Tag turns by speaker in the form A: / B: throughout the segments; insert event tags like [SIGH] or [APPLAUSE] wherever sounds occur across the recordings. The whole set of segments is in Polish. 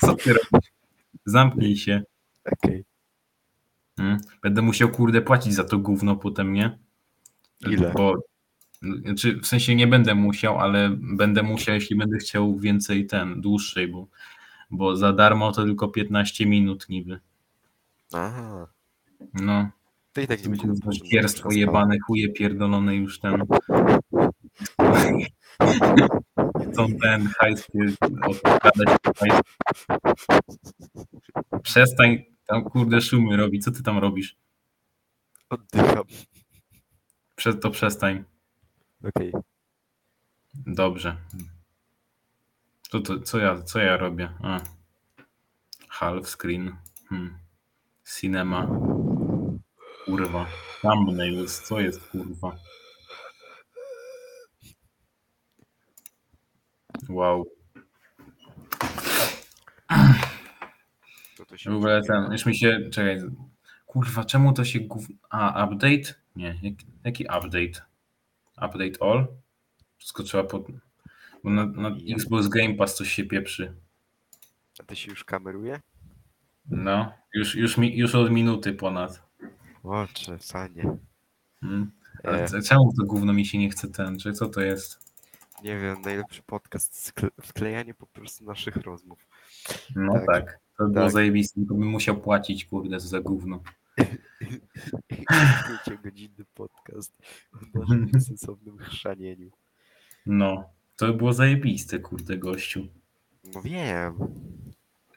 A: Co ty robisz? Zamknij się.
B: Okej.
A: Mm. Będę musiał, kurde, płacić za to gówno potem, nie?
B: Ile?
A: Bo, znaczy, w sensie nie będę musiał, ale będę musiał, jeśli będę chciał więcej ten, dłuższej, bo, bo za darmo to tylko 15 minut niby.
B: Aha.
A: No,
B: To i tak nie będzie dobrze, żeby
A: kierstwo
B: przestał.
A: jebane, chuje pierdolone już
B: [LAUGHS]
A: ten... Chcą ten hajs pier- odgadać hajs. Przestań tam, kurde, szumy robić. Co ty tam robisz?
B: Oddycham.
A: Prze- to przestań.
B: Okej.
A: Dobrze. Co, to, co, ja, co ja robię? A. Half screen. Hmm. Cinema. Kurwa. Thumbnails. Co jest kurwa? Wow.
B: To to się
A: W ogóle
B: dzieje.
A: ten, już mi się, czekaj. Kurwa, czemu to się gówn... A, update? Nie, jak, jaki update? Update all? Wszystko trzeba pod... Bo na, na Xbox Game Pass coś się pieprzy.
B: A to się już kameruje?
A: No, już, już, mi, już od minuty ponad.
B: O, E, czesanie.
A: Mm. Ale
B: E,
A: c- czemu to gówno mi się nie chce ten, czy co to jest?
B: nie wiem, najlepszy podcast. skle- Wklejanie po prostu naszych rozmów. [LAUGHS]
A: No
B: Tak.
A: tak, to by było
B: Tak.
A: zajebiste, tylko bym musiał płacić, kurde, za gówno.
B: godzinny podcast o naszym
A: [LAUGHS]
B: sensownym chrzanieniu.
A: No, to by było zajebiste, kurde, gościu.
B: No wiem.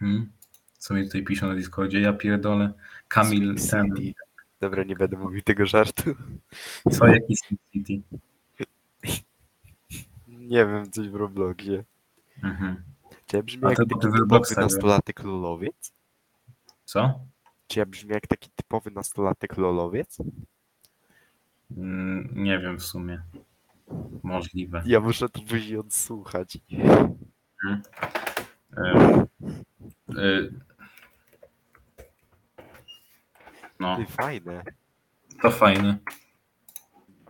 A: Mm. Co mi tutaj piszą na Discordzie? Ja pierdolę. Kamil,
B: Sweet
A: ten,
B: City. Dobra, nie będę mówił tego żartu. [LAUGHS]
A: Co jakiś Sin City?
B: Nie wiem, coś w Robloxie.
A: Mhm.
B: Czy ja brzmię
A: A
B: jak
A: to znaczy
B: taki
A: potem
B: typowy
A: Robloxa, nie?
B: nastolatek lolowiec?
A: Co?
B: Czy ja brzmię jak taki typowy nastolatek lolowiec?
A: Mm, nie wiem w sumie. Możliwe.
B: Ja muszę to później odsłuchać.
A: E, Ym, y, No,
B: Ty, fajne.
A: to fajne.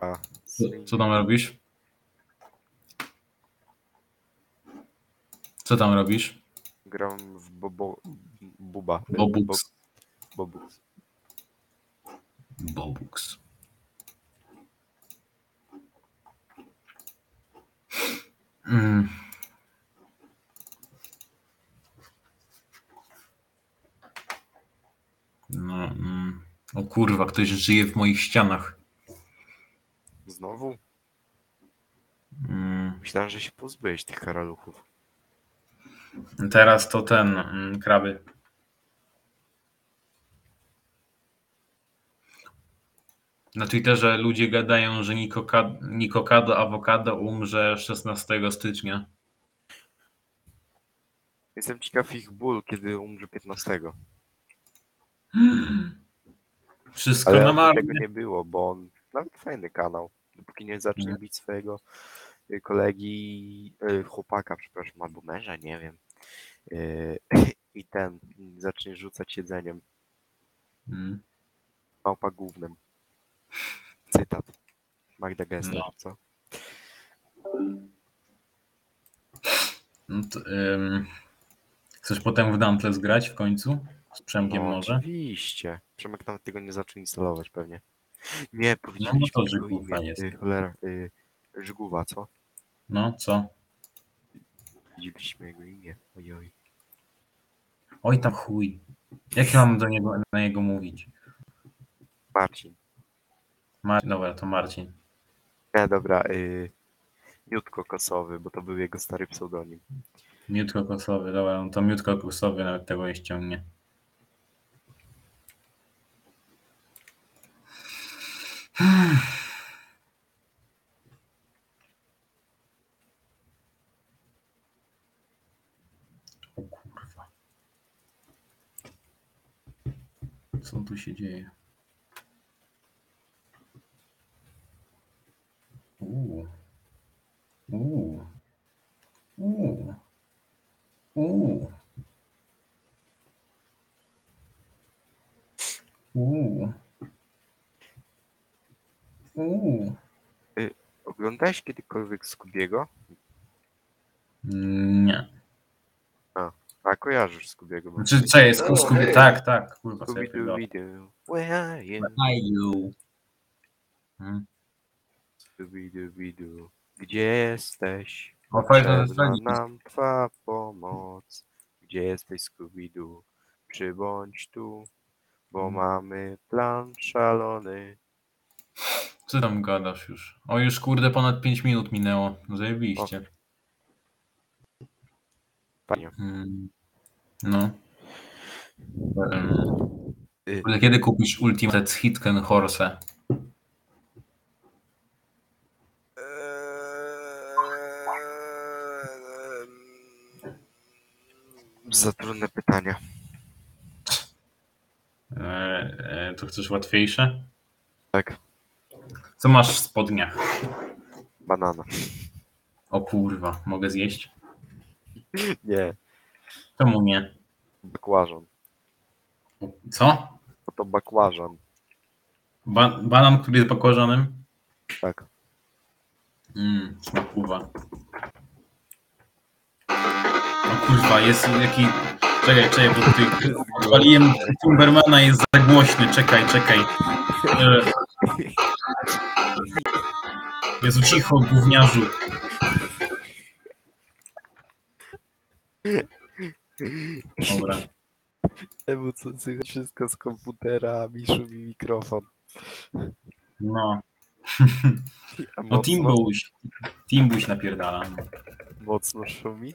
B: A,
A: Co, co tam robisz? Co tam robisz?
B: Gram w bobo... Buba.
A: Bobux.
B: Bo- Bobux.
A: Bobux. Mm. No, mm. O kurwa, ktoś żyje w moich ścianach.
B: Znowu?
A: Mm.
B: Myślałem, że się pozbyłeś tych karaluchów.
A: Teraz to ten, mm, kraby. Na Twitterze ludzie gadają, że Nikoka- Nikokado Awokado umrze 16 stycznia.
B: Jestem ciekaw ich ból, kiedy umrze 15.
A: Wszystko
B: Ale
A: na marne.
B: tego nie było, bo on nawet fajny kanał. Dopóki nie zacznie
A: Mhm.
B: bić swojego y, kolegi, y, chłopaka, przepraszam, albo męża, nie wiem. Y, [LAUGHS] I ten y, zacznie rzucać jedzeniem,
A: Mm.
B: małpa głównym. Cytat. Magda Gessler,
A: No.
B: co?
A: No to, ym, chcesz potem w Dantless grać w końcu? Z Przemkiem
B: No,
A: może?
B: Oczywiście. Przemek nawet tego nie zaczął instalować pewnie. Nie,
A: No, no
B: powiedzieliśmy
A: to
B: jego
A: Żygówka
B: imię.
A: jest.
B: Y, Cholera, y, Żygówa, co?
A: No, co?
B: Powiedzieliśmy jego imię. Ojoj.
A: Oj tam chuj. Jak ja mam do niego, na niego mówić?
B: Marcin.
A: Mar- Dobra, to Marcin.
B: Nie, dobra, y... Miutko Kosowy, bo to był jego stary pseudonim.
A: Miutko kosowy, dobra, no to miutko kosowy nawet tego nie ściągnie. [SIGHS] O kurwa. Co tu się dzieje? Uuu. Uuu. Uuu. Uuu. Uuu. Uuu.
B: Oglądałeś kiedykolwiek Skubiego?
A: Nie.
B: A kojarzysz Skubiego.
A: Znaczy, co jest?
B: O,
A: Ku- Skubi...
B: hej.
A: Tak, tak. Kurwa, sobie pierdolę.
B: Scooby-Doo, where are you?
A: Aju. Hmm.
B: Scooby-Doo, gdzie jesteś?
A: O, fajne
B: Potrzebna
A: zasadnik.
B: nam twa pomoc. Gdzie jesteś, Scooby-Doo? Przybądź tu, bo
A: Hmm.
B: mamy plan szalony.
A: Co tam gadasz już? O, już kurde, ponad 5 minut minęło. Zajebiście.
B: Panie,
A: Mm. No. Em,
B: Y.
A: Ale kiedy kupisz Ultimate Hitken Horse?
B: za trudne pytania.
A: E, e, to chcesz łatwiejsze?
B: Tak,
A: Co masz w spodniach?
B: banana. [LAUGHS]
A: O kurwa, mogę zjeść?
B: Nie,
A: Czemu nie?
B: bakłażan.
A: Co?
B: Bo to bakłażan.
A: Ba banan, który jest pokorzonym?
B: Tak.
A: Mmm, smakuwa. O kurwa, jest jaki... Czekaj, czekaj, bo tutaj odpaliłem Timbermana, jest za głośny, czekaj, czekaj. E... Jezu, cicho, gówniarzu. Dobra.
B: Temu co słychać wszystko z komputera, mi szumi mikrofon.
A: No,
B: A
A: no
B: mocno-
A: Timbuś. Timbuś napierdala.
B: Mocno szumi?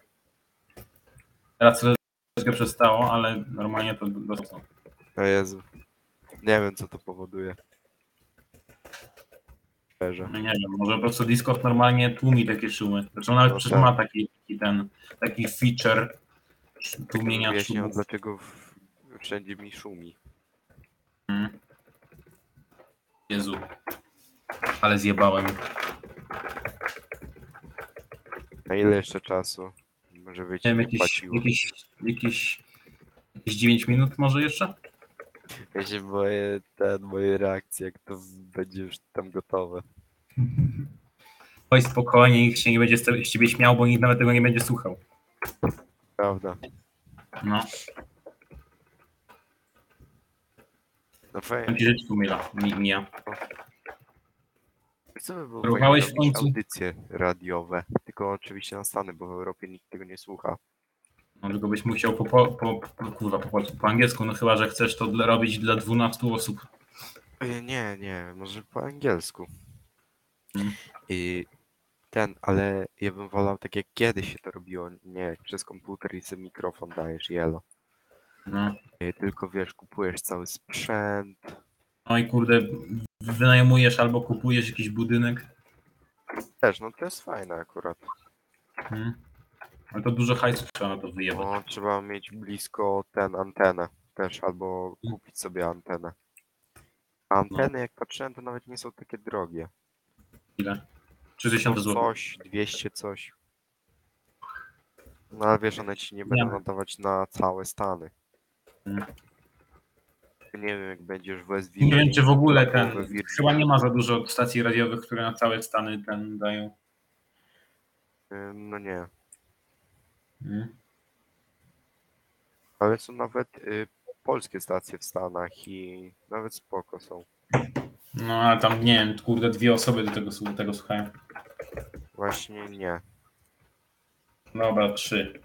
A: Teraz troszeczkę przestało, ale normalnie to dosyć.
B: O Jezu. Nie wiem, co to powoduje. Szczerze.
A: No nie wiem, może po prostu Discord normalnie tłumi takie szumy. Zresztą nawet
B: No
A: przecież
B: tak.
A: ma taki, taki ten, taki feature tłumienia
B: Wyjaśniam,
A: szumów.
B: dlaczego w... wszędzie mi szumi.
A: Mm. Jezu. Ale zjebałem.
B: Na ile jeszcze czasu? Żeby
A: Nie
B: ci
A: wiem,
B: nie
A: jakieś,
B: płaciło.
A: jakieś, jakieś, jakieś 9 minut może jeszcze?
B: Ja się boję ten, mojej reakcji, jak to będzie już tam gotowe.
A: Oj spokojnie, nikt się nie będzie z te- z ciebie śmiał, bo nikt nawet tego nie będzie słuchał.
B: Prawda.
A: No,
B: No fajnie.
A: powiem ci rzecz umila, mi, mija.
B: Co by było
A: Próbowałeś
B: fajnie robić
A: w końcu?
B: audycje radiowe, tylko oczywiście na Stany, bo w Europie nikt tego nie słucha.
A: No tylko byś musiał po, po, po, po, kurwa, po, polsku, po angielsku, no chyba, że chcesz to dla, robić dla 12 osób.
B: Y, Nie, nie, może po angielsku.
A: Mm.
B: I ten, ale ja bym wolał tak jak kiedyś się to robiło, nie jak przez komputer i sobie mikrofon dajesz jelo.
A: No.
B: Y, Tylko wiesz, kupujesz cały sprzęt.
A: No i kurde, wynajmujesz albo kupujesz jakiś budynek.
B: Też, no to jest fajne akurat.
A: Hmm. Ale to dużo hajsu trzeba na to wyjebać.
B: Bo trzeba mieć blisko ten antenę też, albo kupić sobie antenę. A Anteny, jak patrzyłem, to nawet nie są takie drogie.
A: Ile?
B: No
A: 30 zł.
B: coś, 200 coś. No ale wiesz, one ci nie będą
A: Wiem.
B: nadawać na całe Stany.
A: Mm.
B: Nie wiem, jak będziesz w West
A: Nie wiem,
B: Virginia,
A: czy w ogóle
B: albo
A: ten.
B: we Virginii.
A: Chyba nie ma za dużo stacji radiowych, które na całe Stany ten dają.
B: Y, No nie,
A: Hmm.
B: ale są nawet y, polskie stacje w Stanach i nawet spoko są.
A: No ale tam nie wiem, kurde, dwie osoby do tego, słu- tego słuchają.
B: Właśnie nie.
A: Dobra, trzy.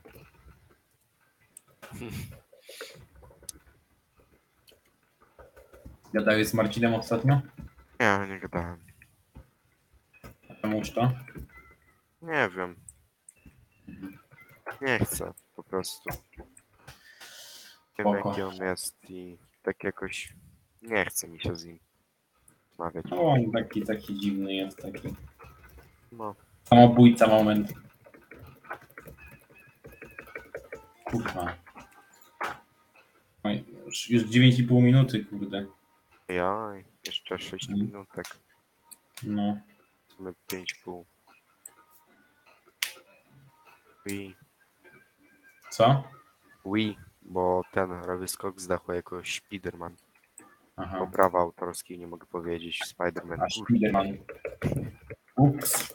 A: Gadałeś tak z Marcinem ostatnio?
B: Nie, nie gadałem.
A: A Czemuż to?
B: Nie wiem. Nie chcę, po prostu. Nie wiem,
A: Spoko.
B: jaki on jest i tak jakoś nie chce mi się z nim rozmawiać.
A: No on taki, taki dziwny jest, taki
B: No,
A: samobójca moment. Kurwa. Oj, już, już 9,5 minuty, kurde.
B: ja jeszcze 6
A: Mm.
B: minut, tak
A: No.
B: w sumie 5,5. Wi,
A: Co?
B: wi, bo ten robię skok z dachu jako Spiderman. Bo
A: Aha.
B: prawa autorskiej nie mogę powiedzieć.
A: No. A
B: Spiderman.
A: Spiderman. Ups.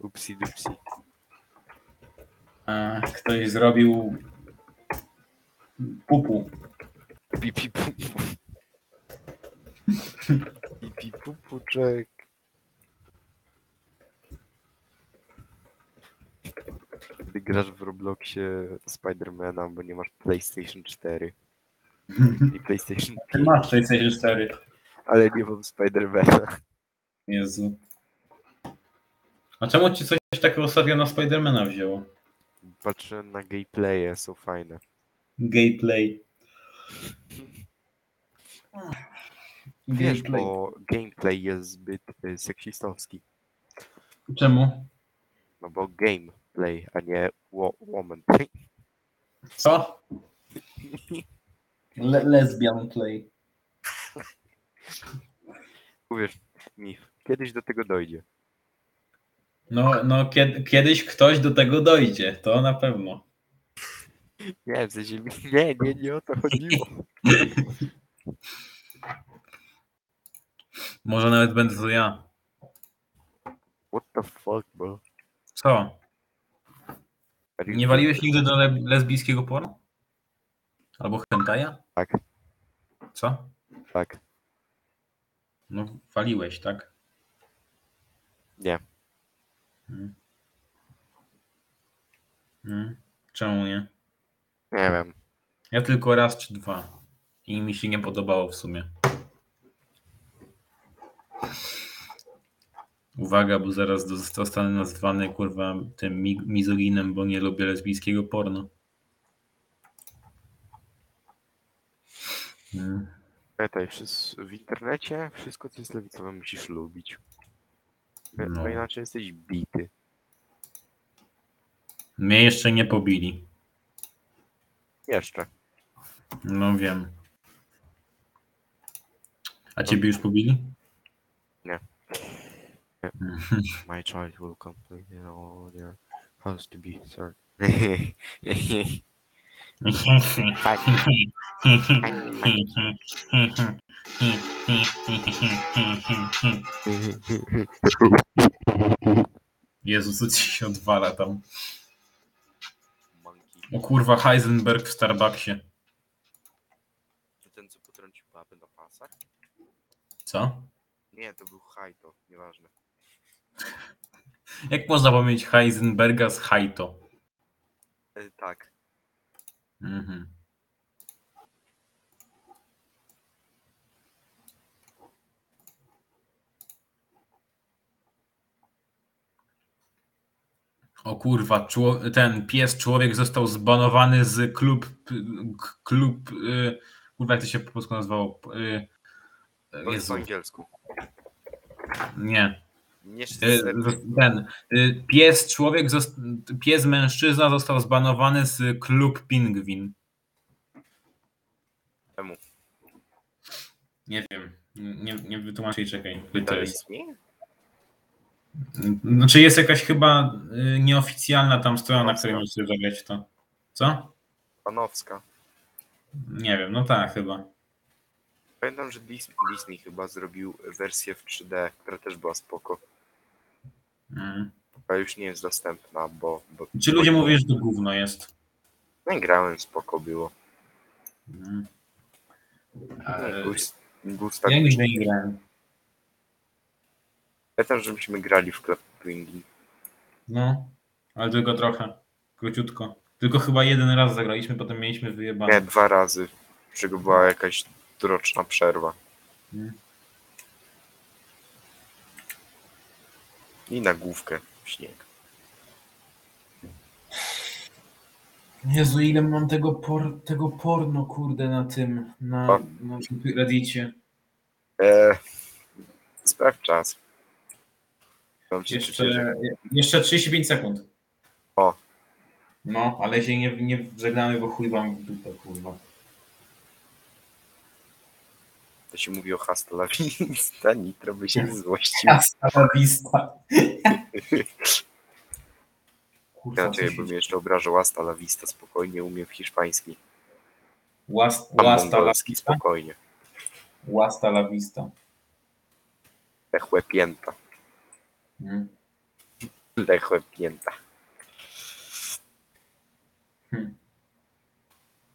B: Upsi dupsi.
A: A, ktoś zrobił Pupu.
B: Pipi pupu. Pipi pupuczek. Gdy grasz w Robloxie Spidermana, bo nie masz PlayStation 4 i PlayStation 5,
A: Masz 64.
B: ale nie mam Spidermana.
A: Jezu. A czemu ci coś takiego ostatnio na Spidermana wzięło?
B: Patrzyłem na gameplaye, są fajne.
A: Gameplay.
B: Wiesz,
A: Gameplay.
B: bo gameplay jest zbyt y, seksistowski.
A: Czemu?
B: No bo gameplay, a nie wo- woman. [LAUGHS]
A: Co? Le lesbian play.
B: Uwierz mi, kiedyś do tego dojdzie.
A: No, no kiedy, kiedyś ktoś do tego dojdzie, to na pewno.
B: Nie, w sensie, [LAUGHS] mi- nie, nie, nie o to
A: [LAUGHS]
B: chodziło.
A: Może nawet będę to ja.
B: What the fuck, bro?
A: Co?
B: Are you-
A: Nie waliłeś nigdy do le lesbijskiego porno? Albo hentaja?
B: Tak.
A: Co?
B: Tak,
A: No waliłeś, tak?
B: nie.
A: Mm. Mm. Czemu nie?
B: Nie wiem.
A: Ja tylko raz czy dwa. I mi się nie podobało w sumie. Uwaga, bo zaraz do- zostanę nazwany kurwa tym mi- mizoginem, bo nie lubię lesbijskiego porno. Mm.
B: Pamiętaj, wszys- w internecie wszystko, co jest lewicowe, musisz lubić.
A: No.
B: No. Bo inaczej jesteś bity.
A: Mnie jeszcze nie pobili.
B: Jeszcze.
A: No wiem. A ciebie już pobili?
B: Nie. Nie.
A: Mhm.
B: My child will complete it all there oh, has to be, sir.
A: Jezu, co ci się odwala tam?
B: Monkey.
A: [LAUGHS] O kurwa, Heisenberg w Starbucksie.
B: To ten, co potrącił babę na pasach?
A: Co?
B: Nie, to był hajto, nieważne.
A: Jak można pomylić Heisenberga z Hajto?
B: E, tak.
A: Mhm. O kurwa, czło- ten pies człowiek został zbanowany z klub p- k- klub y, kurwa jak to się po polsku nazywało y,
B: To jest
A: Jezu,
B: po angielsku.
A: nie
B: Nie
A: Y,
B: z-
A: ten y, pies człowiek zost- pies mężczyzna został zbanowany z klub pingwin
B: Czemu?
A: nie wiem nie, nie wytłumaczę i czekaj Chuj to jest
B: Witalizmie?
A: Znaczy jest jakaś chyba y, nieoficjalna tam strona, na której możecie zagrać w to. Co?
B: Panowska.
A: Nie wiem, no tak chyba.
B: Pamiętam, że Dis- Disney chyba zrobił wersję w 3D, która też była spoko,
A: Mm.
B: ale już nie jest dostępna, bo... bo
A: Czy ludzie mówią, że to gówno jest?
B: No i grałem, spoko było.
A: Mm. Ale-
B: Ale... tak Gust, gusta.
A: Eee, Ja nigdy nie grałem.
B: Pamiętam, że myśmy grali w Club Penguin.
A: No, ale tylko trochę. Króciutko. Tylko chyba jeden raz zagraliśmy, potem mieliśmy
B: Nie,
A: wyjebane.
B: dwa razy, z czego była jakaś roczna przerwa.
A: Mm.
B: I na główkę w śnieg.
A: Jezu, ile mam tego, por- tego porno, kurde, na tym, na,
B: O.
A: na Reddicie.
B: Eee, sprawdź czas. Mam ci
A: Jeszcze, jeszcze 35 sekund.
B: O.
A: No, ale się nie, nie żegnamy, bo chuj wam w dupę, kurwa.
B: To się mówi o Hasta Vista, Nitro by się złościł.
A: Hasta vista. Kurwa,
B: Ja
A: co
B: ciebie
A: się
B: bym
A: dzieje?
B: jeszcze obrażał Hasta la Vista, spokojnie umiem w hiszpański.
A: Łas-
B: Tam
A: Łasta la
B: mongolski,
A: vista.
B: spokojnie.
A: Łasta la vista.
B: Lechłe pięta,
A: Mm.
B: lechłe pięta.
A: Hmm.